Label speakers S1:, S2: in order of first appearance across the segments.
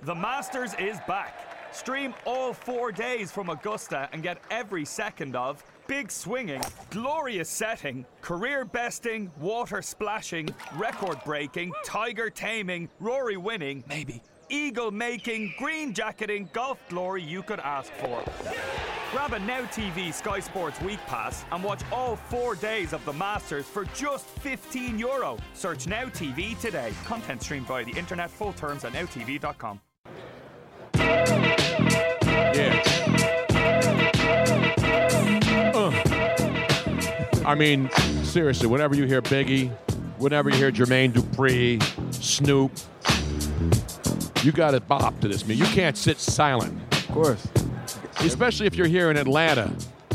S1: The Masters is back. Stream all four days from Augusta and get every second of big swinging, glorious setting, career besting, water splashing, record breaking, tiger taming, Rory winning, maybe, eagle making, green jacketing, golf glory you could ask for. Grab a Now TV Sky Sports Week Pass and watch all four days of the Masters for just 15 euro. Search Now TV today. Content streamed via the internet, full terms at nowtv.com.
S2: Yeah. Uh. I mean, seriously, whenever you hear Biggie, whenever you hear Jermaine Dupri, Snoop, you got to bop to this. Man, you can't sit silent,
S3: Of course.
S2: especially if you're here in Atlanta,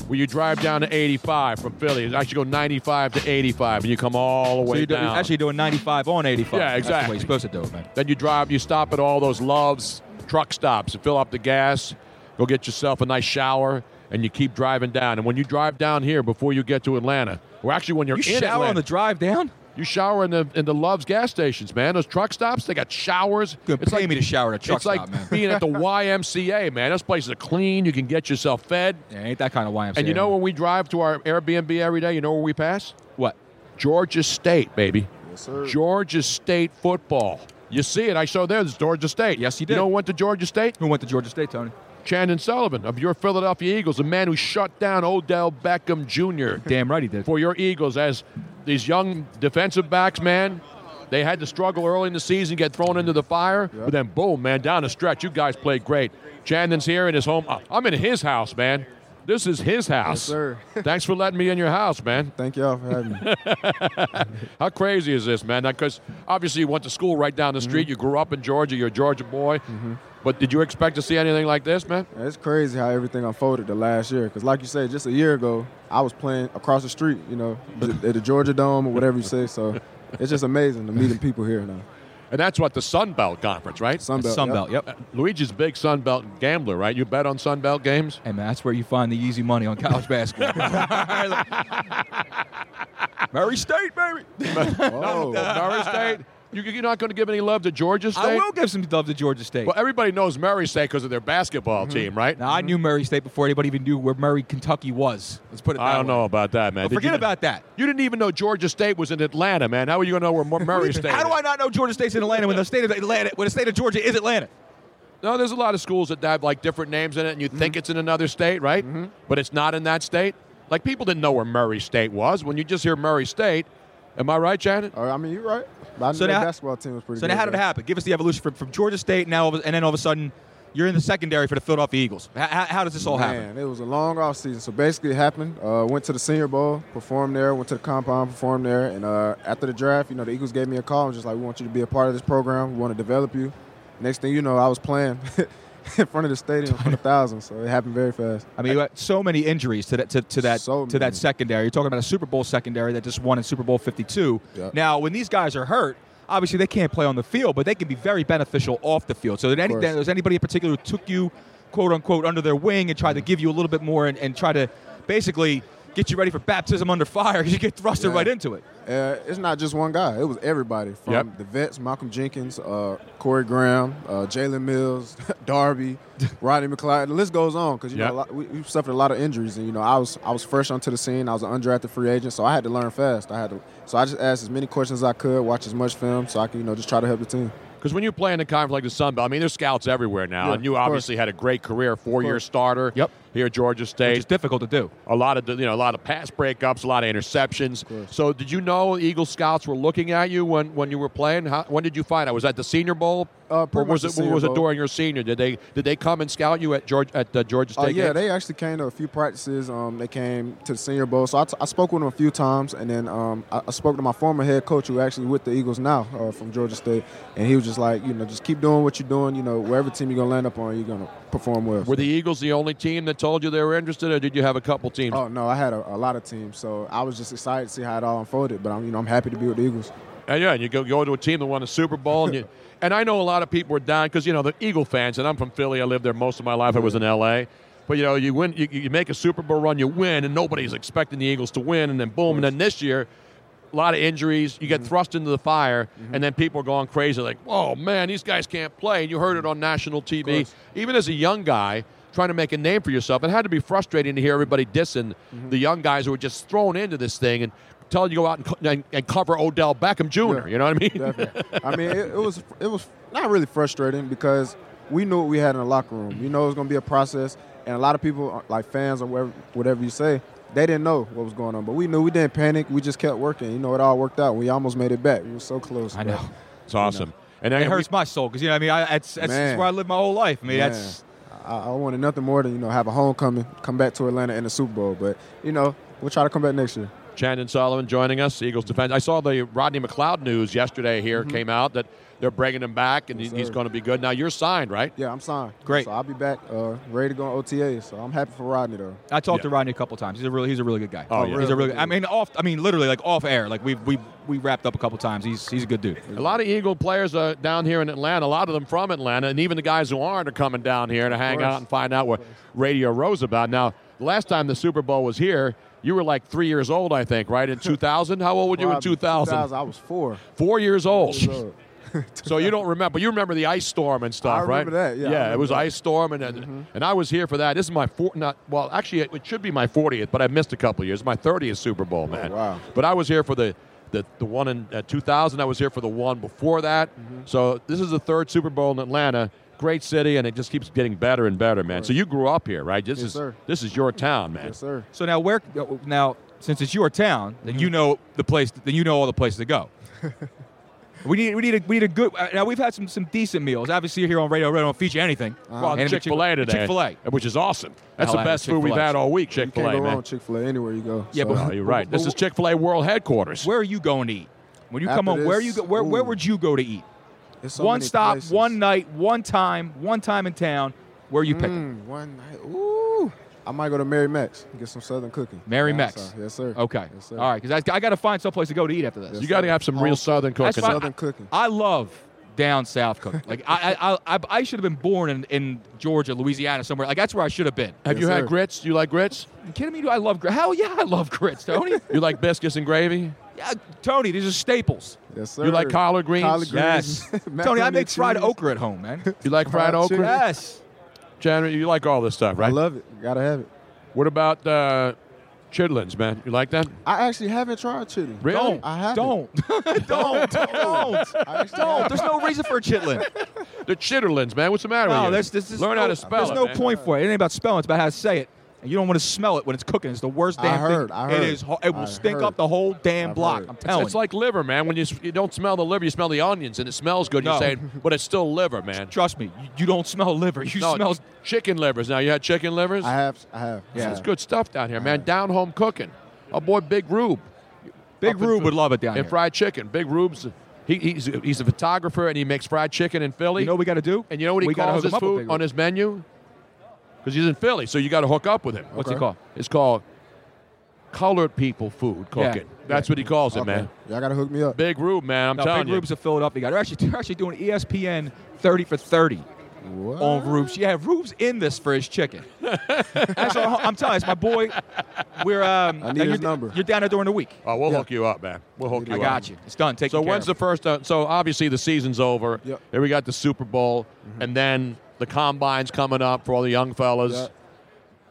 S2: where you drive down to 85 from Philly. You actually go 95 to 85, and you come all the way
S3: So you're, do-
S2: down.
S3: you're actually doing 95 on 85.
S2: Yeah,
S3: That's the way
S2: exactly.
S3: you're supposed to do it, man.
S2: Then you drive, you stop at all those loves truck stops and fill up the gas, go get yourself a nice shower, and you keep driving down. And when you drive down here before you get to Atlanta, or actually when you're
S3: You
S2: in
S3: shower
S2: Atlanta,
S3: on the drive down?
S2: you shower in the in the Love's gas stations, man. Those truck stops, they got showers.
S3: Good, pay me to shower at a truck
S2: It's like
S3: stop, man.
S2: being at the YMCA, man. Those places are clean. You can get yourself fed.
S3: Yeah, ain't that kind of YMCA.
S2: And you know when we drive to our Airbnb every day, you know where we pass?
S3: what?
S2: Georgia State, baby.
S4: Yes, sir.
S2: Georgia State football. You see it. I saw there. It's Georgia State.
S3: Yes,
S2: You
S3: you did.
S2: know who went to Georgia State?
S3: Who went to Georgia State, Tony?
S2: Chandon Sullivan of your Philadelphia Eagles, a man who shut down Odell Beckham Jr.
S3: Damn right he did.
S2: for your Eagles as these young defensive backs, man. They had to struggle early in the season, get thrown into the fire, but then boom, man, down the stretch, you guys played great. Chandon's here in his home. I- I'm in his house, man. This is his house.
S4: sir.
S2: Thanks for letting me in your house, man.
S4: Thank y'all for having me.
S2: How crazy is this, man? Because obviously you went to school right down the street. You grew up in Georgia. You're a Georgia boy. But did you expect to see anything like this, man?
S4: it's crazy how everything unfolded the last year. Because, like you said, just a year ago, I was playing across the street, you know, at the Georgia Dome or whatever you say. So it's just amazing to meeting people here now.
S2: And that's what the Sun Belt Conference, right?
S4: Sunbelt.
S3: Sunbelt,
S4: yep.
S3: yep.
S2: Luigi's a big Sun Belt gambler, right? You bet on Sun Belt games.
S3: Hey, man, that's where you find the easy money on college basketball. Murray State, baby.
S4: Oh,
S2: Murray State. You, you're not going to give any love to Georgia State.
S3: I will give some love to Georgia State.
S2: Well, everybody knows Murray State because of their basketball
S3: Mm-hmm.
S2: team, right?
S3: now, I knew Murray State before anybody even knew where Murray, Kentucky was. Let's put it that
S2: I don't
S3: way.
S2: know about that, man.
S3: But
S2: Did you
S3: forget
S2: kn-
S3: about that.
S2: You didn't even know Georgia State was in Atlanta, man. How are you going to know where Mur- Murray State?
S3: How do
S2: is?
S3: I not know Georgia State's in Atlanta when the state of Atlanta, when the state of Georgia is Atlanta?
S2: No, there's a lot of schools that have like different names in it, and you
S3: Mm-hmm.
S2: think it's in another state, right? But it's not in that state. Like people didn't know where Murray State was when you just hear Murray State. Am I right, Shannon?
S4: All right, I mean, you're right. But I knew
S3: So
S4: that
S3: now-
S4: basketball team was pretty
S3: So
S4: good.
S3: now, how did it
S4: though.
S3: happen? Give us the evolution from, from Georgia State now, all of a- and then all of a sudden, you're in the secondary for the Philadelphia Eagles. How, how, how does this all happen?
S4: Man, it was a long off season. So basically, it happened. Uh, went to the Senior Bowl, performed there. Went to the compound, performed there. And uh, after the draft, you know, the Eagles gave me a call and was just like, "We want you to be a part of this program. We want to develop you." Next thing you know, I was playing in front of the stadium for the thousands. So it happened very fast.
S3: I mean, you had so many injuries to that to, to that
S4: So
S3: to
S4: many.
S3: that secondary. You're talking about a Super Bowl secondary that just won in Super Bowl 52.
S4: Yeah.
S3: Now, when these guys are hurt, obviously they can't play on the field, but they can be very beneficial off the field. So, did any,
S4: course.
S3: was anybody in particular who took you, quote unquote, under their wing and tried to give you a little bit more and, and try to basically get you ready for baptism under fire because you get thrusted
S4: Yeah.
S3: right into it?
S4: Uh, it's not just one guy. It was everybody from
S2: Yep.
S4: the vets, Malcolm Jenkins, uh, Corey Graham, uh, Jalen Mills, Darby, Rodney McLeod. The list goes on because you
S2: Yep.
S4: know a lot, we, we suffered a lot of injuries, and you know I was I was fresh onto the scene. I was an undrafted free agent, so I had to learn fast. I had to, so I just asked as many questions as I could, watch as much film, so I could you know just try to help the team.
S2: Because when you play in a conference like the Sun Belt, I mean, there's scouts everywhere now,
S4: Yeah,
S2: and you
S4: of course.
S2: obviously had a great career, four-year
S4: course.
S2: starter.
S3: Yep.
S2: Here at Georgia
S3: Which is
S2: State,
S3: difficult to do.
S2: a lot of you know, a lot of pass breakups, a lot of interceptions.
S4: course.
S2: So, did you know Eagle scouts were looking at you when, when you were playing? How, when did you find out? Was that the Senior Bowl?
S4: Uh,
S2: or
S4: pretty
S2: was
S4: much
S2: it
S4: the Senior
S2: was it
S4: Bowl.
S2: during your senior? Did they did they come and scout you at Georgia at uh, Georgia State?
S4: Uh, yeah,
S2: games?
S4: they actually came to a few practices. Um, they came to the Senior Bowl, so I, t- I spoke with them a few times, and then um, I-, I spoke to my former head coach, who actually with the Eagles now uh, from Georgia State, and he was just like, you know, just keep doing what you're doing. You know, wherever team you're gonna land up on, you're gonna perform well.
S2: Were the Eagles the only team that told you they were interested, or did you have a couple teams?
S4: Oh no, I had a, a lot of teams, so I was just excited to see how it all unfolded. But I'm, you know, I'm happy to be with the Eagles.
S2: And yeah, and you go, go to a team that won a Super Bowl, and you, and I know a lot of people were down because you know the Eagle fans, and I'm from Philly. I lived there most of my life. I was in L.A. But you know, you win, you, you make a Super Bowl run, you win, and nobody's expecting the Eagles to win, and then boom, and then this year, a lot of injuries. You get thrust into the fire, and then people are going crazy, like, "Oh man, these guys can't play." And you heard it on national TV.
S4: course.
S2: Even as a young guy trying to make a name for yourself, it had to be frustrating to hear everybody dissing the young guys who were just thrown into this thing and telling you to go out and, co- and, and cover Odell Beckham Jr. You know what I mean?
S4: Definitely. I mean, it, it was it was not really frustrating because we knew what we had in the locker room. You know, it was going to be a process, and a lot of people, uh, like fans or whatever, whatever you say, they didn't know what was going on. But we knew. We didn't panic. We just kept working. You know, it all worked out. We almost made it back. We were so close.
S3: I
S4: but-
S3: know.
S2: It's awesome. And then
S3: It hurts my soul because you know what I mean. I, that's that's
S4: Man.
S3: where I lived my whole life. I mean, that's
S4: Man, I, I wanted nothing more than you know have a homecoming, come back to Atlanta in the Super Bowl. But you know, we'll try to come back next year.
S2: Chandon Solomon joining us, Eagles defense. I saw the Rodney McLeod news yesterday here came out that they're bringing him back and
S4: Yes,
S2: he- he's
S4: sir.
S2: going to be good. Now you're signed, right?
S4: Yeah, I'm signed.
S3: Great.
S4: So I'll be back, uh, ready to go on OTA. So I'm happy for Rodney though.
S3: I talked
S2: Yeah.
S3: to Rodney a couple times. He's a really he's a really good guy.
S2: Oh, yeah.
S3: he's a really.
S4: Really?
S3: I mean, off. I mean, literally like off air. Like we we we wrapped up a couple times. He's he's a good dude.
S2: A lot of Eagle players are down here in Atlanta. A lot of them from Atlanta, and even the guys who aren't are coming down here to hang
S4: course.
S2: out and find out what Radio Row's about. Now, the last time the Super Bowl was here, you were like three years old, I think, right? In 2000, how old were Oh, you in
S4: Rodney,
S2: 2000?
S4: I was four.
S2: Four years old.
S4: years old.
S2: So you don't remember, but you remember the ice storm and stuff,
S4: I remember
S2: right?
S4: that, yeah, I
S2: it
S4: remember
S2: was
S4: that. Mm-hmm.
S2: ice storm, and and I was here for that. This is my four, not well, actually, it, it should be my 40th, but I missed a couple of years. My 30th Super Bowl, man.
S4: Oh, wow.
S2: But I was here for the the, the one in uh, 2000. I was here for the one before that.
S4: Mm-hmm.
S2: So this is the third Super Bowl in Atlanta. Great city, and it just keeps getting better and better, man. So you grew up here, right? This
S4: Yes,
S2: is
S4: sir.
S2: this is your town, man.
S4: Yes, sir.
S3: So now where now since it's your town, then
S2: Mm-hmm.
S3: you know the place. Then you know all the places to go. we need we need a we need a good. uh, Now we've had some some decent meals. Obviously here on Radio Row, don't feature anything.
S2: Well, Chick Fil Uh-huh. A today,
S3: Chick Fil A.
S2: which is awesome. That's
S3: I
S2: the
S3: like
S2: best food we've
S3: Chick-fil-A.
S2: had all week. Chick
S4: You
S2: Fil
S4: can't
S2: A,
S4: go wrong
S2: man.
S4: with Chick Fil A anywhere you go.
S3: Yeah,
S4: so-
S3: but-
S2: Oh, you're right. This
S3: But-
S2: is Chick Fil A World Headquarters.
S3: Where are you going to eat? When you come
S4: After
S3: home, where you
S4: this,
S3: go, where where
S4: ooh.
S3: would you go to eat?
S4: There's so
S3: one
S4: many
S3: stop,
S4: places.
S3: one night, one time, one time in town. Where are you picking?
S4: Mm, one night. Ooh. I might go to Mary Max and get some Southern cooking.
S3: Mary
S4: Down
S3: Max.
S4: south. Yes, sir.
S3: Okay.
S4: Yes, sir.
S3: All right, because I, got to find someplace to go to eat after this.
S2: You got to have some real Southern
S3: That's
S2: cooking.
S3: fine.
S4: Southern cooking.
S3: I love down south cooking. like I, I, I, I should have been born in, in Georgia, Louisiana, somewhere. Like that's where I should have been.
S2: Have
S4: Yes,
S2: you
S4: sir.
S2: had grits? You like grits?
S3: you kidding me? Do I love grits? Hell yeah, I love grits, Tony.
S2: You like biscuits and gravy?
S3: yeah, Tony, these are staples.
S4: Yes, sir.
S2: You like collard greens?
S4: Collard greens.
S3: Yes, Tony, I
S4: macaroni
S3: make fried
S4: cheese.
S3: okra at home, man.
S2: You like fried
S4: Fried chicken.
S2: okra?
S3: yes.
S2: January, you like all this stuff,
S4: I
S2: right?
S4: love it. Gotta have it.
S2: What about uh, chitlins, man? You like that?
S4: I actually haven't tried chitlin.
S2: Really?
S3: Don't.
S4: I haven't.
S3: Don't. don't. Don't.
S4: I actually
S3: Don't.
S4: haven't.
S3: There's no reason for a chitlin.
S2: The chitterlings, man. What's the matter with
S3: No,
S2: you?
S3: there's, there's, there's
S2: Learn
S3: no,
S2: how to spell
S3: There's
S2: it,
S3: no
S2: man.
S3: point for it. It ain't about spelling. It's about how to say it. And you don't want to smell it when it's cooking. It's the worst
S4: I
S3: damn
S4: heard,
S3: thing.
S4: I heard,
S3: It is. ho- It will
S4: I
S3: stink
S4: heard.
S3: up the whole damn
S4: I've
S3: block.
S4: heard.
S3: I'm
S2: It's,
S3: telling
S2: it's
S3: you.
S2: like liver, man. When you, s- you don't smell the liver, you smell the onions, and it smells good. You're
S3: No.
S2: saying, but it's still liver, man.
S3: Trust me. You, you don't smell liver. You
S2: no,
S3: smell.
S2: chicken livers. Now you had chicken livers.
S4: I have. I have. Yeah.
S2: It's good stuff down here, man. Down home cooking. Our boy Big Rube.
S3: Big Rube would love it down
S2: and
S3: here.
S2: fried chicken. Big Rube's he, he's he's a photographer and he makes fried chicken in Philly.
S3: You know what we got to do?
S2: and you know what he
S3: we gotta
S2: calls
S3: hook
S2: his
S3: him up with
S2: food
S3: Big
S2: on
S3: Rube.
S2: his menu? Because he's in Philly, so you got to hook up with him.
S3: What's he
S4: Okay.
S3: called?
S2: It's called colored people food
S3: Yeah.
S2: cooking. That's what he calls it, man.
S4: Y'all gotta hook me up.
S2: Big Rube, man. I'm
S3: No,
S2: telling
S3: Big
S2: you.
S3: Rube's a Philadelphia guy. They're actually, they're actually doing E ESPN 30 for 30
S4: What?
S3: on Rube's. Yeah, Rube's in this for his chicken. That's all- I'm telling you, it's my boy. We're um.
S4: I need
S3: now
S4: his
S3: you're,
S4: number.
S3: You're down there during the week.
S2: oh, we'll
S4: Yeah.
S2: hook you up, man. We'll hook you
S3: I
S2: up.
S3: got you. It's done. Take
S2: So when's the first? Uh, so obviously the season's over.
S4: Yep.
S2: Then we got the Super Bowl,
S3: Mm-hmm.
S2: and then the combine's coming up for all the young fellas.
S4: Yep.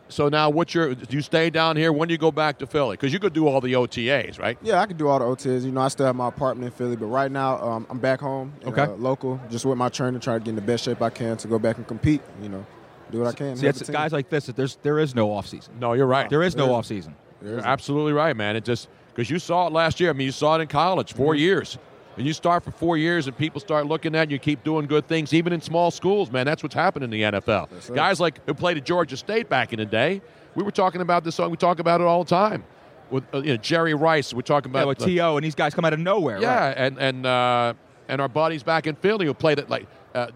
S2: So now, what's your? Do you stay down here? When do you go back to Philly? Because you could do all the OTAs, right?
S4: Yeah, I can do all the OTs. You know, I still have my apartment in Philly, but right now um, I'm back home, in,
S3: Okay.
S4: uh, local, just with my trainer, trying to get in the best shape I can to go back and compete. You know, do what I can.
S3: See,
S4: help
S3: it's
S4: the team.
S3: guys like this. that There's there is no off season.
S2: No, you're right.
S3: There is no
S4: There-
S3: off season.
S4: There's
S2: You're absolutely right, man. It just because you saw it last year. I mean, you saw it in college, 4 years, and you start for four years, and people start looking at you. You keep doing good things, even in small schools, man. That's what's happening in the NFL.
S4: Yes, sir.
S2: Guys like who played at Georgia State back in the day. We were talking about this song. We talk about it all the time. With uh, you know, Jerry Rice, we're talking
S3: Yeah,
S2: about
S3: with
S2: the-
S3: To and these guys come out of nowhere.
S2: yeah,
S3: right?
S2: and and uh, and our buddies back in Philly who played at like uh,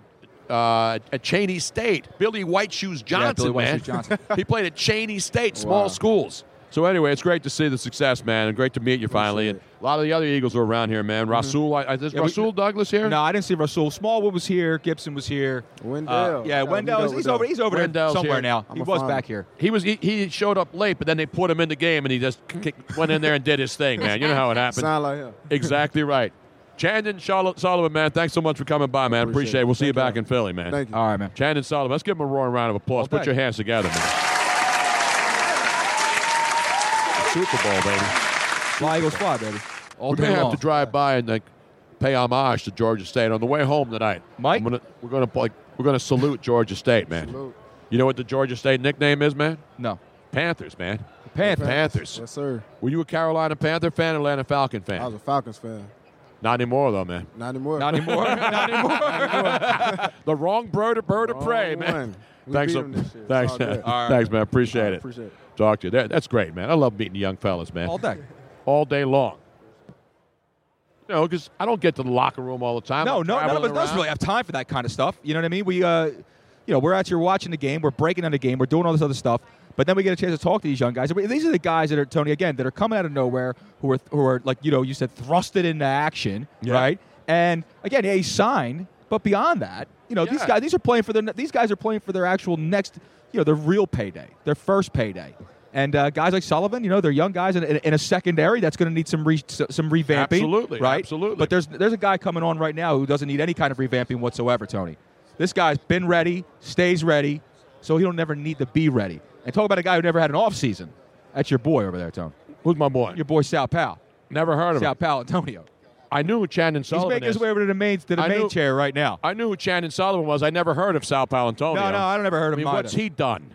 S2: uh, at Cheney State, Billy White Shoes Johnson,
S3: Billy White
S2: man.
S3: Shoes Johnson.
S2: he played at Cheney State, small
S4: Wow.
S2: schools. So anyway, it's great to see the success, man, and great to meet you finally. And a lot of the other Eagles are around here, man. Rasul, I, is
S3: Yeah, we-
S2: Rasul Douglas here?
S3: No, I didn't see Russell. Smallwood was here. Gibson was here. Uh,
S4: Wendell.
S3: yeah,
S4: Gotta meet
S3: Wendell.
S4: up
S3: He's,
S4: with
S3: he's
S4: them.
S3: over. He's over
S2: Wendell's
S3: there somewhere
S2: here.
S3: now. he
S4: I'ma
S3: was
S4: find
S3: back
S4: him.
S3: here.
S2: He was he, he showed up late, but then they put him in the game, and he just k- went in there and did his thing, man. You know how it happens.
S4: Sound like him.
S2: exactly right. Chandon Shol- Solomon, man, thanks so much for coming by, man. Appreciate,
S4: Appreciate
S2: it.
S4: it.
S2: We'll see you
S4: Thank you.
S2: back in Philly, man.
S4: Thank you.
S3: All right, man.
S2: Chandon Solomon, let's give him a roaring round of applause.
S3: Well,
S2: Put your hands together, man. Super Bowl, baby.
S3: Fly Eagles fly, baby. All
S2: We're
S3: day
S2: gonna have
S3: long.
S2: to drive by and like pay homage to Georgia State on the way home tonight.
S3: Mike?
S2: I'm gonna- we're gonna like we're gonna salute Georgia State, man.
S4: Salute.
S2: You know what the Georgia State nickname is, man?
S3: No,
S2: Panthers, man.
S3: Panthers.
S2: Panthers.
S4: Yes, sir.
S2: Were you a Carolina Panther fan or Atlanta Falcon fan?
S4: I was a Falcons fan.
S2: Not anymore, though, man.
S4: Not anymore.
S3: Not anymore. Not anymore.
S2: The wrong bird of bird of
S4: Wrong
S2: prey, man.
S4: one. We
S2: thanks,
S4: beat
S2: so-
S4: 'em this year. It's
S2: thanks,
S4: all good.
S3: All right.
S2: thanks, man. Appreciate it.
S4: Appreciate it.
S2: Talk to you. That, that's great, man. I love meeting the young fellas, man.
S3: All day.
S2: all day long. You know, because I don't get to the locker room all the time.
S3: No,
S2: I'm
S3: no, none of us
S2: traveling
S3: does
S2: around.
S3: really have time for that kind of stuff. You know what I mean? We, uh, you know, we're out here watching the game, we're breaking down the game, we're doing all this other stuff, but then we get a chance to talk to these young guys. And we- These are the guys that are Tony again that are coming out of nowhere, who are who are like you know you said thrusted into action,
S2: Yeah.
S3: right? And again, yeah, he signed, but beyond that, you know, these
S2: Yeah.
S3: guys these are playing for their ne- these guys are playing for their actual next, you know, their real payday, their first payday. And uh, guys like Sullivan, you know, they're young guys in, in, in a secondary that's going to need some re- some revamping,
S2: Absolutely,
S3: right?
S2: absolutely.
S3: But there's there's a guy coming on right now who doesn't need any kind of revamping whatsoever, Tony. This guy's been ready, stays ready, so he don't never need to be ready. And talk about a guy who never had an off season. That's your boy over there, Tony.
S2: Who's my boy?
S3: Your boy Sal Pal.
S2: Never heard of
S3: Sal
S2: him.
S3: Pal Antonio.
S2: I knew who Chandon
S3: He's
S2: Sullivan
S3: making
S2: is.
S3: his way over to the main to the
S2: I
S3: main
S2: knew-
S3: chair right now.
S2: I knew who Chandon Sullivan was. I never heard of Sal Palantonio.
S3: No, no, I never heard of
S2: I mean,
S3: him
S2: what's
S3: either.
S2: he done?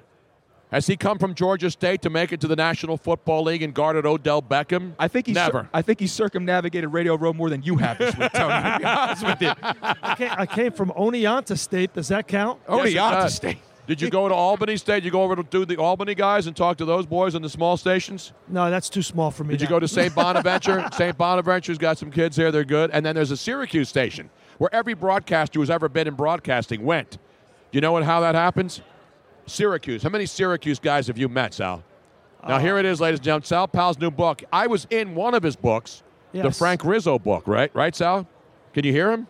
S2: Has he come from Georgia State to make it to the National Football League and guarded Odell Beckham?
S3: I think he's
S2: never.
S3: I think he circumnavigated Radio Row more than you have this week, Tony. to be honest with you.
S5: I came, I came from Oneonta State. Does that count?
S2: Yes,
S3: Only
S2: it
S3: Onta
S2: does.
S3: State.
S2: Did you go to Albany State? You go over to do the Albany guys and talk to those boys on the small stations?
S5: No, that's too small for me.
S2: Did you
S5: now.
S2: go to St. Bonaventure? St. Bonaventure's got some kids here. They're good. And then there's a Syracuse station where every broadcaster who's ever been in broadcasting went. Do you know what, how that happens? Syracuse. How many Syracuse guys have you met, Sal? Now, here it is, ladies and gentlemen. Sal Powell's new book. I was in one of his books, the
S5: Yes.
S2: Frank Rizzo book, right? Right, Sal? Can you hear him?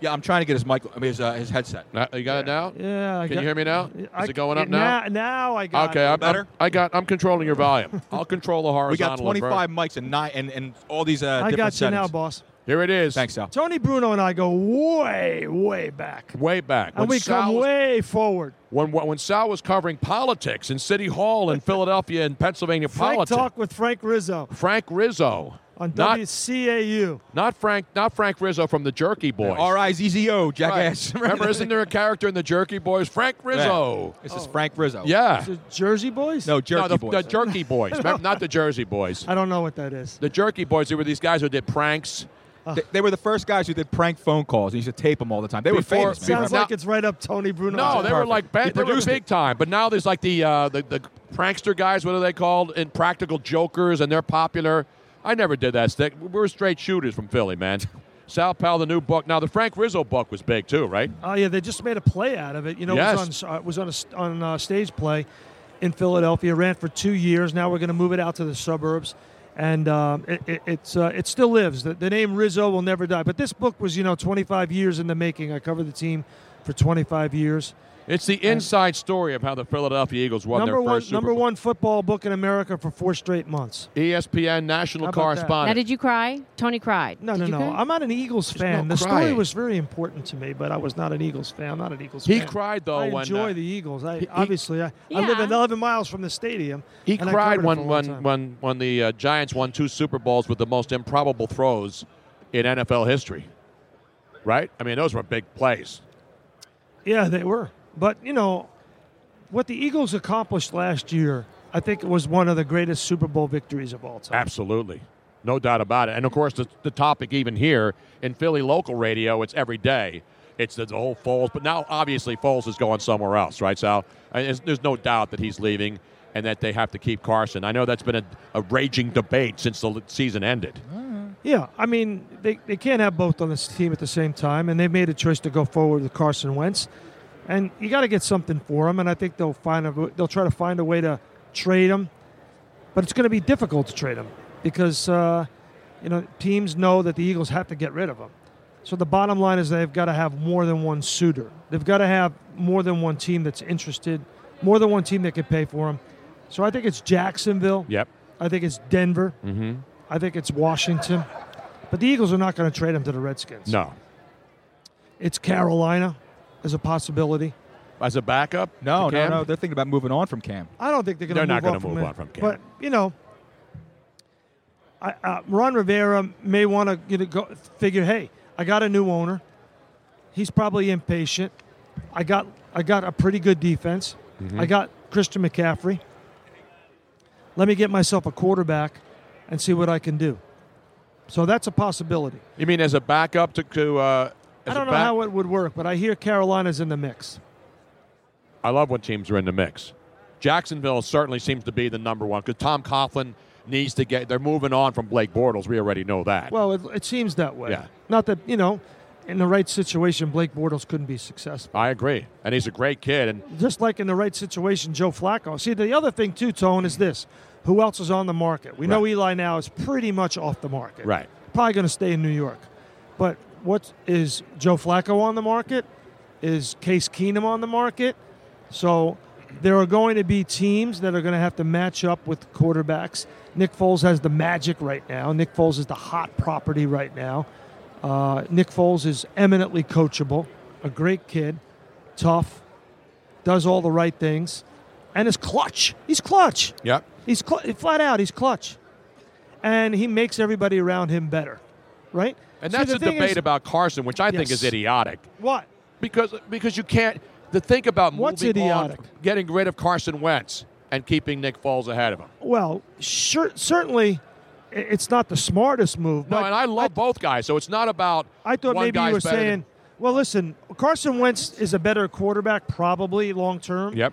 S3: Yeah, I'm trying to get his mic. I mean, his, uh, his headset.
S2: Uh, You got it now?
S5: Yeah. I
S2: Can
S5: got-
S2: you hear me now?
S5: I-
S2: Is it going up now?
S5: Now, I got
S2: Okay,
S5: it.
S2: I'm,
S3: Better?
S2: I'm, I got. I'm controlling your volume. I'll control the horizontal.
S3: We got
S2: and vertical.
S3: 25 mics and nine and, and all these uh,
S5: I
S3: different
S5: got you
S3: settings.
S5: now, boss.
S2: Here it is.
S3: Thanks, Sal.
S5: Tony Bruno and I go way, way back,
S2: Way back.
S5: and
S2: When
S5: we
S2: Sal
S5: come
S2: was
S5: way forward.
S2: when when Sal was covering politics in City Hall in Philadelphia and Pennsylvania
S5: Frank
S2: politics.
S5: talk with Frank Rizzo
S2: Frank Rizzo,
S5: on
S2: not
S5: WCAU.
S2: not Frank, not Frank Rizzo from the Jerky Boys.
S3: R I Z Z O, jackass.
S2: Remember, isn't there a character in the Jerky Boys, Frank Rizzo? Oh.
S3: This is Frank Rizzo.
S2: Yeah,
S5: The Jersey Boys?
S3: No, Jerky
S2: Ah. no, the,
S3: Boys.
S2: the Jerky Boys, Remember, not the Jersey Boys.
S5: I don't know what that is.
S2: The Jerky Boys. They were these guys who did pranks.
S3: they, they were the first guys who did prank phone calls. and used to tape them all the time. They
S2: Before-
S3: were famous. man.
S5: Sounds
S2: Now-
S5: like it's right up Tony Bruno.
S2: No, they were
S3: perfect.
S2: like
S3: He
S2: bad, they were
S3: produced
S2: big
S3: it.
S2: time. But now there's like the, uh, the the prankster guys. What are they called? In practical jokers, and they're popular. I never did that stick. We were straight shooters from Philly, man. Sal Pal, the new book. Now the Frank Rizzo book was big too, right?
S5: Oh yeah, they just made a play out of it. You know, it
S2: Yes.
S5: was on it was on a, st- on a stage play in Philadelphia. Ran for two years. Now we're going to move it out to the suburbs, and um, it, it, it's uh, it still lives. The, the name Rizzo will never die. But this book was you know 25 years in the making. I covered the team for 25 years.
S2: It's the inside story of how the Philadelphia Eagles won
S5: number
S2: their
S5: one
S2: first Super
S5: number
S2: Bowl. E
S5: one football book in America for four straight months.
S2: ESPN national
S5: How about that?
S6: Now,
S2: correspondent.
S6: did you cry? Tony cried.
S5: No,
S6: Did
S5: no,
S6: you
S5: no.
S6: cry?
S5: I'm not an Eagles fan.
S2: no
S5: the story
S2: crying.
S5: was very important to me, but I was not an Eagles fan. I'm not an Eagles
S2: He
S5: fan.
S2: cried, though,
S5: I
S2: when,
S5: enjoy
S2: uh,
S5: the Eagles. I
S2: he-
S5: obviously I, I live
S6: Yeah.
S5: in 11 miles from the stadium.
S2: he
S5: and I
S2: cried
S5: covered it for
S2: when
S5: a long
S2: when,
S5: time.
S2: when when the uh, Giants won two Super Bowls with the most improbable throws in NFL history. Right? I mean, those were big plays.
S5: Yeah, they were. But you know what the Eagles accomplished last year. I think it was one of the greatest Super Bowl victories of all time.
S2: Absolutely. No doubt about it. And of course, the, the topic, even here in Philly local radio, it's every day. It's the, the whole Foles. But now, obviously, Foles is going somewhere else, right, Sal? I there's, there's no doubt that he's leaving and that they have to keep Carson. I know that's been a, a raging debate since the l- season ended.
S5: Yeah, I mean they, they can't have both on this team at the same time, and they've made a choice to go forward with Carson Wentz, and you got to get something for him, and I think they'll find a they'll try to find a way to trade him. but it's going to be difficult to trade him because uh, you know teams know that the Eagles have to get rid of him. So the bottom line is they've got to have more than one suitor. They've got to have more than one team that's interested, more than one team that could pay for him. So I think it's Jacksonville.
S2: Yep.
S5: I think it's Denver.
S2: Mm-hmm.
S5: I think it's Washington. But the Eagles are not going to trade him to the Redskins.
S2: No.
S5: It's Carolina as a possibility.
S2: As a backup?
S3: No,
S2: to
S3: no,
S2: Cam?
S3: no. They're thinking about moving on from Cam.
S5: I don't think they're going to.
S2: They're not
S5: going
S2: gonna
S5: to
S2: move on from Cam.
S5: But you know, I, uh, Ron Rivera may want to you know, go figure. Hey, I got a new owner. He's probably impatient. I got I got a pretty good defense.
S2: Mm-hmm.
S5: I got Christian McCaffrey. Let me get myself a quarterback and see what I can do. So that's a possibility.
S2: You mean as a backup to. to uh, as
S5: I don't
S2: a
S5: know
S2: back-
S5: how it would work, but I hear Carolina's in the mix.
S2: I love when teams are in the mix. Jacksonville certainly seems to be the number one because Tom Coughlin needs to get. They're moving on from Blake Bortles. We already know that.
S5: Well, it, it seems that way.
S2: Yeah.
S5: Not that you know, in the right situation, Blake Bortles couldn't be successful.
S2: I agree, and he's a great kid. And
S5: just like in the right situation, Joe Flacco. See, the other thing too, Tone, is this: who else is on the market? We know
S2: Right.
S5: Eli now is pretty much off the market.
S2: Right.
S5: Probably going to stay in New York. But what is Joe Flacco on the market? Is Case Keenum on the market? So there are going to be teams that are going to have to match up with quarterbacks. Nick Foles has the magic right now. Nick Foles is the hot property right now. Uh, Nick Foles is eminently coachable, a great kid, tough, does all the right things, and is clutch. He's clutch.
S2: yep,
S5: He's cl- flat out. He's clutch, and he makes everybody around him better, right?
S2: and
S5: See,
S2: that's
S5: the
S2: a
S5: thing
S2: debate
S5: is-
S2: about Carson, which I think
S5: Yes.
S2: is idiotic
S5: what.
S2: because because you can't to think about
S5: What's
S2: moving on,
S5: idiotic?
S2: getting rid of Carson Wentz and keeping Nick Foles ahead of him.
S5: Well, sure, certainly, i- it's not the smartest move.
S2: No,
S5: but
S2: and I love both guys, so it's not about.
S5: I thought
S2: one
S5: maybe
S2: guy's
S5: you were
S2: better than-
S5: saying, well, listen, Carson Wentz is a better quarterback probably long term.
S2: Yep,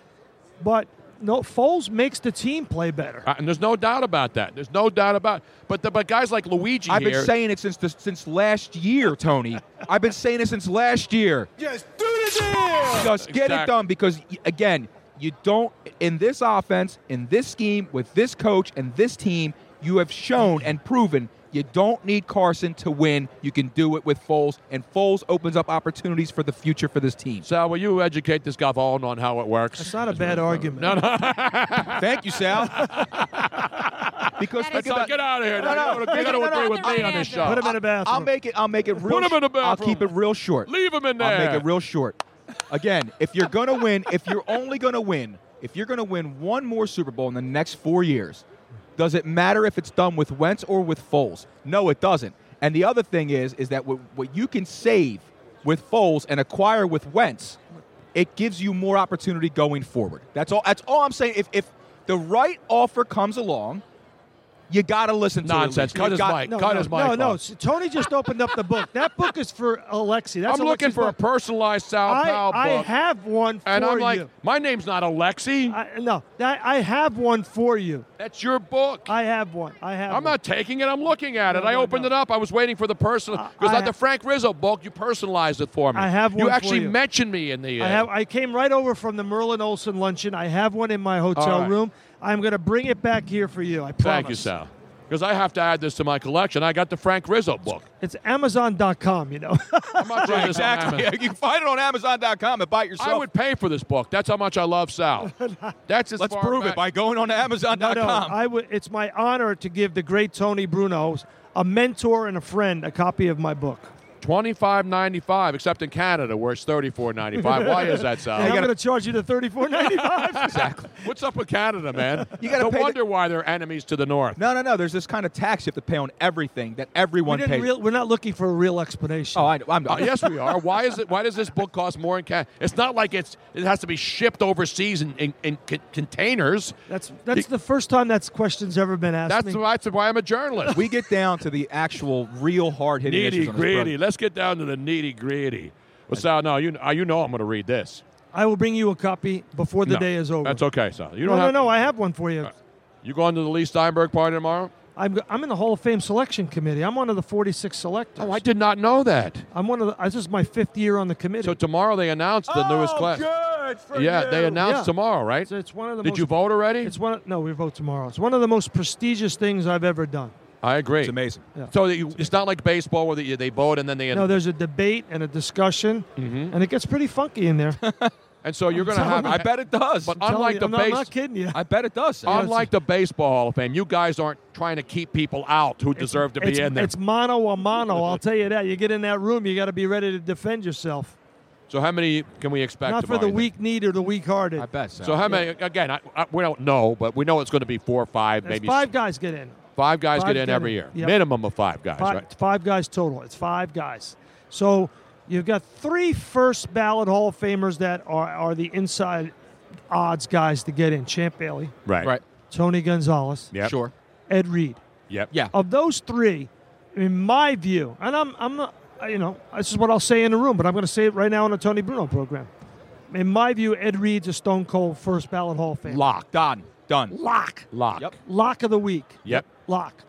S5: But no, Foles makes the team play better.
S2: Uh, and there's no doubt about that. There's no doubt about. But the, but guys like Luigi
S3: I've
S2: here.
S3: been saying it since the, since last year, Tony. I've been saying it since last year.
S4: Yes, do the deal.
S3: Just get it
S2: Exact-
S3: done because y- again, you don't in this offense, in this scheme, with this coach and this team, you have shown and proven you don't need Carson to win. You can do it with Foles, and Foles opens up opportunities for the future for this team.
S2: Sal, will you educate this guy on on how it works?
S5: It's not a bad argument. No,
S3: Thank you, Sal. because
S6: That is
S3: think
S2: Sal,
S3: about,
S2: get out of here.
S3: No, no,
S2: you gotta, you gotta
S6: no, no,
S2: agree
S6: no,
S2: with
S6: no,
S2: me
S6: no,
S2: on
S6: no,
S2: this
S6: no.
S2: show.
S5: Put him in a bathroom.
S3: I'll make it. I'll make it real.
S2: Put him in the
S3: I'll
S2: bathroom.
S3: keep it real short.
S2: Leave him in there.
S3: I'll make it real short. Again, if you're gonna win, if you're only gonna win, if you're gonna win one more Super Bowl in the next four years, does it matter if it's done with Wentz or with Foles? No, it doesn't. And the other thing is, is that what, what you can save with Foles and acquire with Wentz, it gives you more opportunity going forward. That's all. That's all I'm saying. If if the right offer comes along, you gotta listen to
S2: Nonsense.
S3: It.
S2: Cut his mic.
S5: no,
S2: Cut
S5: no,
S2: his mic
S5: no, no.
S2: off.
S5: S- Tony just opened up the book. That book is for Alexi. That's
S2: I'm looking
S5: Alexi's
S2: for a
S5: book.
S2: personalized Sal Powell book.
S5: I, I have one for
S2: and I'm like,
S5: you.
S2: my name's not Alexi.
S5: I, no, I, I have one for you.
S2: That's your book.
S5: I have one. I have.
S2: I'm
S5: one.
S2: not taking it. I'm looking at it. I
S5: no,
S2: opened
S5: no.
S2: it up. I was waiting for the person because
S5: I
S2: like the
S5: ha-
S2: Frank Rizzo book, you personalized it for me.
S5: I have
S2: You
S5: one for
S2: actually
S5: you.
S2: mentioned me in the. Uh,
S5: I have. I came right over from the Merlin Olson luncheon. I have one in my hotel
S2: All right.
S5: room. I'm going to bring it back here for you. I promise.
S2: thank you, Sal. Because I have to add this to my collection. I got the Frank Rizzo book.
S5: It's Amazon.com. You know.
S2: I'm not doing this on
S3: Exactly.
S2: Amazon.
S3: You can find it on Amazon.com and buy it yourself.
S2: I would pay for this book. That's how much I love Sal. That's as
S3: Let's
S2: far
S3: prove
S2: back-
S3: it by going on to
S5: no,
S3: Amazon.com.
S5: no. I would. It's my honor to give the great Tony Bruno, a mentor and a friend, a copy of my book.
S2: Oh. Twenty-five ninety-five, except in Canada where it's thirty-four ninety-five. Why is that, Sal?
S5: And I'm going to charge you the thirty-four ninety-five.
S2: exactly. What's up with Canada, man?
S3: You gotta
S2: no
S3: pay the-
S2: wonder why they're enemies to the north.
S3: no, no, no. There's this kind of tax you have to pay on everything that
S5: we
S3: everyone
S5: didn't
S3: pays.
S5: real, we're not looking for a real explanation.
S3: oh, I know. I'm,
S2: Uh, yes, we are. Why is it? Why does this book cost more in Canada? It's not like it's it has to be shipped overseas in, in, in c- containers.
S5: that's that's the first time that's question's ever been asked.
S2: That's
S5: me.
S2: why, that's why I'm a journalist.
S3: we get down to the actual, real hard hitting
S2: needy
S3: issues. on this
S2: gritty.
S3: program.
S2: Let's get down to the needy gritty. Well, Sal, no, you uh, you know I'm going to read this.
S5: I will bring you a copy before the
S2: No,
S5: day is over.
S2: That's okay, Sal. You
S5: no,
S2: don't
S5: no,
S2: have.
S5: no. I have one for you.
S2: You going to the Lee Steinberg party tomorrow?
S5: I'm, I'm in the Hall of Fame selection committee. I'm one of the 46 selectors.
S2: Oh, I did not know that.
S5: I'm one of the. This is my fifth year on the committee.
S2: So tomorrow they announced the newest class.
S3: Oh, Good.
S2: yeah, they announced
S5: Yeah.
S2: tomorrow, right?
S5: It's, it's one of the
S2: Did
S5: most,
S2: you vote already?
S5: It's one. Of, no, we vote tomorrow. It's one of the most prestigious things I've ever done.
S2: I agree.
S3: It's amazing.
S2: So that you, it's not like baseball where they, they vote and Mm-hmm. then they
S5: No, there's a debate and a discussion, and it gets pretty funky in there.
S2: and so you're going to
S5: telling
S2: have.
S5: you,
S3: I bet it does.
S2: But
S5: I'm telling
S2: unlike
S5: you,
S2: the
S5: I'm not, I'm
S2: base,
S5: not kidding you.
S3: I bet it does. Sam.
S2: unlike the baseball Hall of Fame, you guys aren't trying to keep people out who deserve to be
S5: it's,
S2: in there.
S5: It's mono a mono. I'll tell you that. You get in that room, you got to be ready to defend yourself.
S2: So how many can we expect?
S5: Not for
S2: tomorrow,
S5: the
S2: you think?
S5: weak need or the weak hearted.
S3: I bet so.
S2: So how many? Again, I, I, we don't know, but we know it's going to be four or five,
S5: There's
S2: maybe
S5: five guys get in.
S2: five guys
S5: five
S2: get in
S5: get
S2: every
S5: in.
S2: year.
S5: Yep.
S2: Minimum of five guys,
S5: Five,
S2: right?
S5: five guys total. It's five guys. So you've got three first ballot Hall of Famers that are, are the inside odds guys to get in Champ Bailey,
S2: Right.
S3: right.
S5: Tony Gonzalez,
S2: Yep.
S3: Sure.
S5: Ed Reed.
S2: Yep.
S3: Yeah.
S5: Of those three, in my view, and I'm, I'm not, you know, this is what I'll say in the room, but I'm going to say it right now on the Tony Bruno program. In my view, Ed Reed's a Stone Cold first ballot Hall of Fame.
S2: Lock.
S3: Done. Done.
S5: Lock.
S2: Lock.
S3: Yep.
S5: Lock of the week.
S2: Yep.
S5: Lock.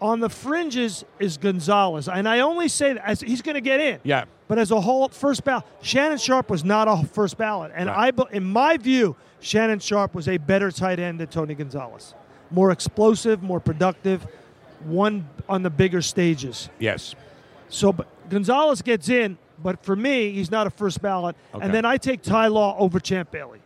S5: On the fringes is Gonzalez, and I only say that as he's going to get in.
S2: Yeah.
S5: But as a whole first ballot, Shannon Sharp was not a first ballot, and
S2: Right.
S5: I, be- in my view, Shannon Sharp was a better tight end than Tony Gonzalez, more explosive, more productive, one on the bigger stages.
S2: Yes.
S5: So but Gonzalez gets in, but for me, he's not a first ballot.
S2: Okay.
S5: And then I take Ty Law over Champ Bailey.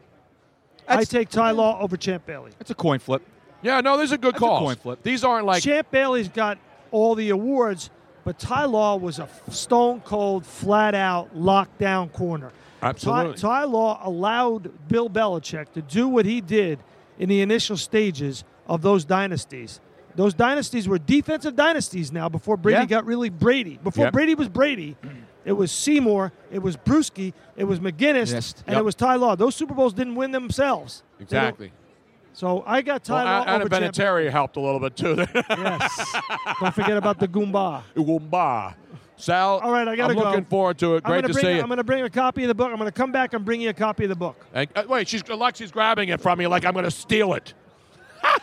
S5: I
S3: That's-
S5: take Ty Law over Champ Bailey.
S3: It's a coin flip.
S2: Yeah. No, these are good
S3: That's a
S2: calls.
S3: coin flip.
S2: These aren't like
S5: Champ Bailey's got all the awards, but Ty Law was a f- stone cold, flat out, lockdown corner.
S2: Absolutely.
S5: Ty, Ty Law allowed Bill Belichick to do what he did in the initial stages of those dynasties. Those dynasties were defensive dynasties now before Brady
S3: Yeah.
S5: got really Brady. Before
S2: Yep.
S5: Brady was Brady, it was Seymour, it was Brewski, it was McGinnis,
S3: Yes.
S5: and
S3: Yep.
S5: it was Ty Law. Those Super Bowls didn't win themselves. They don't-
S2: exactly.
S5: So I got Ty
S2: Well,
S5: Law
S2: Anna
S5: over Champ
S2: Vinatieri helped a little bit too.
S5: Yes. Don't forget about the Goomba.
S2: Wumba. Sal.
S5: All right, I gotta
S2: I'm
S5: go.
S2: looking forward to it.
S5: I'm
S2: Great
S5: gonna
S2: to
S5: bring,
S2: see you.
S5: I'm going to bring a copy of the book. I'm going to come back and bring you a copy of the book.
S2: And, uh, wait, she's Lexi's grabbing it from you like I'm going to steal it.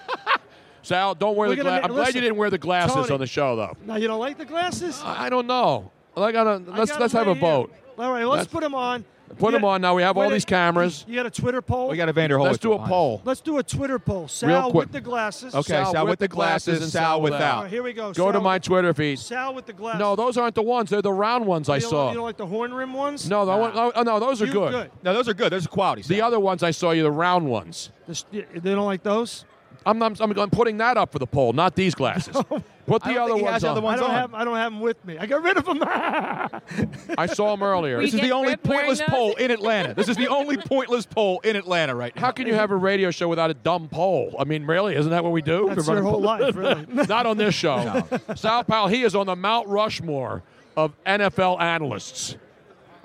S2: Sal, don't wear the
S5: We're gonna
S2: glasses.
S5: ma-
S2: I'm glad you
S5: listen,
S2: didn't wear the glasses
S5: Tony-
S2: on the show though.
S5: Now you don't like the glasses?
S2: I I don't know. I gotta,
S5: I
S2: let's
S5: got
S2: let's
S5: 'em
S2: have a
S5: right here.
S2: vote.
S5: All right, let's
S2: Let's-
S5: put them on.
S2: Put
S5: You
S2: 'em
S5: got-
S2: on now. We have all
S5: wait a-
S2: these cameras.
S5: You got a Twitter poll?
S3: We got a Vander
S2: Let's do a poll.
S5: Let's do a Twitter poll. Sal
S2: quick.
S5: with the glasses.
S3: Okay,
S2: Sal
S3: Sal,
S2: with
S3: with,
S2: the
S3: the glasses,
S2: glasses,
S3: and Sal
S2: Sal
S5: All
S2: without.
S3: without.
S5: right, here we go.
S2: Go
S5: Sal
S2: to my
S5: with-
S2: Twitter feed.
S5: Sal with the glasses.
S2: No, those aren't the ones. They're the round ones I
S5: you don't,
S2: saw.
S5: you don't like the horn rim ones?
S2: No, the one- oh, no, those are
S5: You
S2: good.
S5: good.
S3: No, those are good. Those are quality.
S2: The other ones I saw you, the round ones.
S5: This- they don't like those?
S2: I'm, I'm, I'm I'm putting that up for the poll, not these glasses. Put the
S3: don't
S2: other
S3: think he
S2: ones
S3: has the
S2: on.
S3: other one.
S5: I
S3: One's
S5: don't,
S3: on.
S5: have, I don't have them with me. I got rid of them.
S2: I saw them earlier.
S6: We
S3: This is
S6: get
S3: the only
S6: ripped wearing
S3: pointless
S6: those?
S3: poll in Atlanta. This is the only pointless poll in Atlanta right now.
S2: How can you have a radio show without a dumb poll? I mean, really, isn't that what we do?
S5: That's your whole life, really.
S2: Not on this show. Sal Powell, he is on the Mount Rushmore of NFL analysts.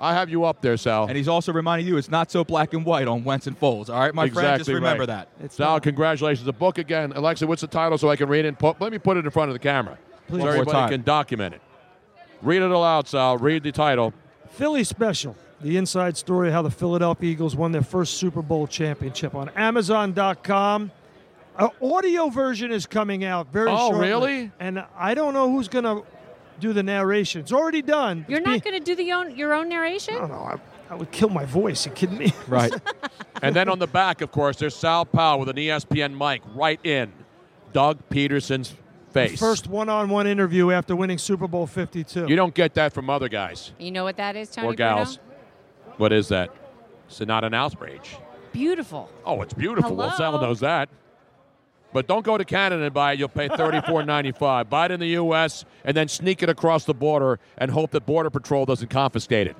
S2: I have you up there, Sal.
S3: And he's also reminding you it's not so black and white on Wentz and Foles. All right, my friend, just
S2: Exactly
S3: remember
S2: right.
S3: that.
S5: It's
S2: Sal,
S5: not.
S2: congratulations. The book again. Alexa, what's the title so I can read it? and Put, let me put it in front of the camera
S5: Please.
S2: so
S5: One more
S2: everybody
S3: time.
S2: can document it. Read it aloud, Sal. Read the title.
S5: Philly Special, the inside story of how the Philadelphia Eagles won their first Super Bowl championship on Amazon.com. An audio version is coming out very
S2: Oh,
S5: shortly.
S2: really?
S5: And I don't know who's going to do the narration. It's already done.
S6: You're
S5: It's
S6: not
S5: being-
S6: going to do the own, your own narration?
S5: I don't know. I, I would kill my voice. You kidding me?
S3: Right.
S2: And then on the back, of course, there's Sal Powell with an E ESPN mic right in Doug Peterson's face.
S5: First one-on-one interview after winning Super Bowl 52.
S2: you don't get that from other guys
S6: You know what that is, Tony
S2: or gals.
S6: Bruno?
S2: What is that? It's not an outrage.
S6: Beautiful.
S2: Oh, it's beautiful. Well, Sal
S6: Hello?
S2: knows that. But don't go to Canada and buy it. You'll pay thirty-four ninety-five. Buy it in the U.S. and then sneak it across the border and hope that Border Patrol doesn't confiscate it.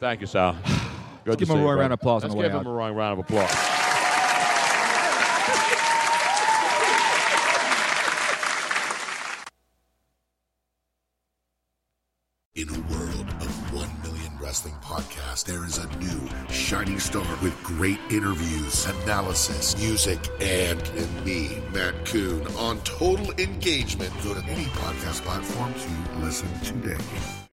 S2: Thank you, Sal. Good to
S3: give him
S2: see
S3: a
S2: you,
S3: roaring
S2: brother.
S3: round of applause on
S2: Let's
S3: the way
S2: give
S3: out.
S2: him a roaring round of applause.
S7: In a world of 1 million wrestling podcasts, there is a new shining star with great interviews, analysis, music, and, and me, Matt Coon, on total engagement. Go to any podcast platform to listen today.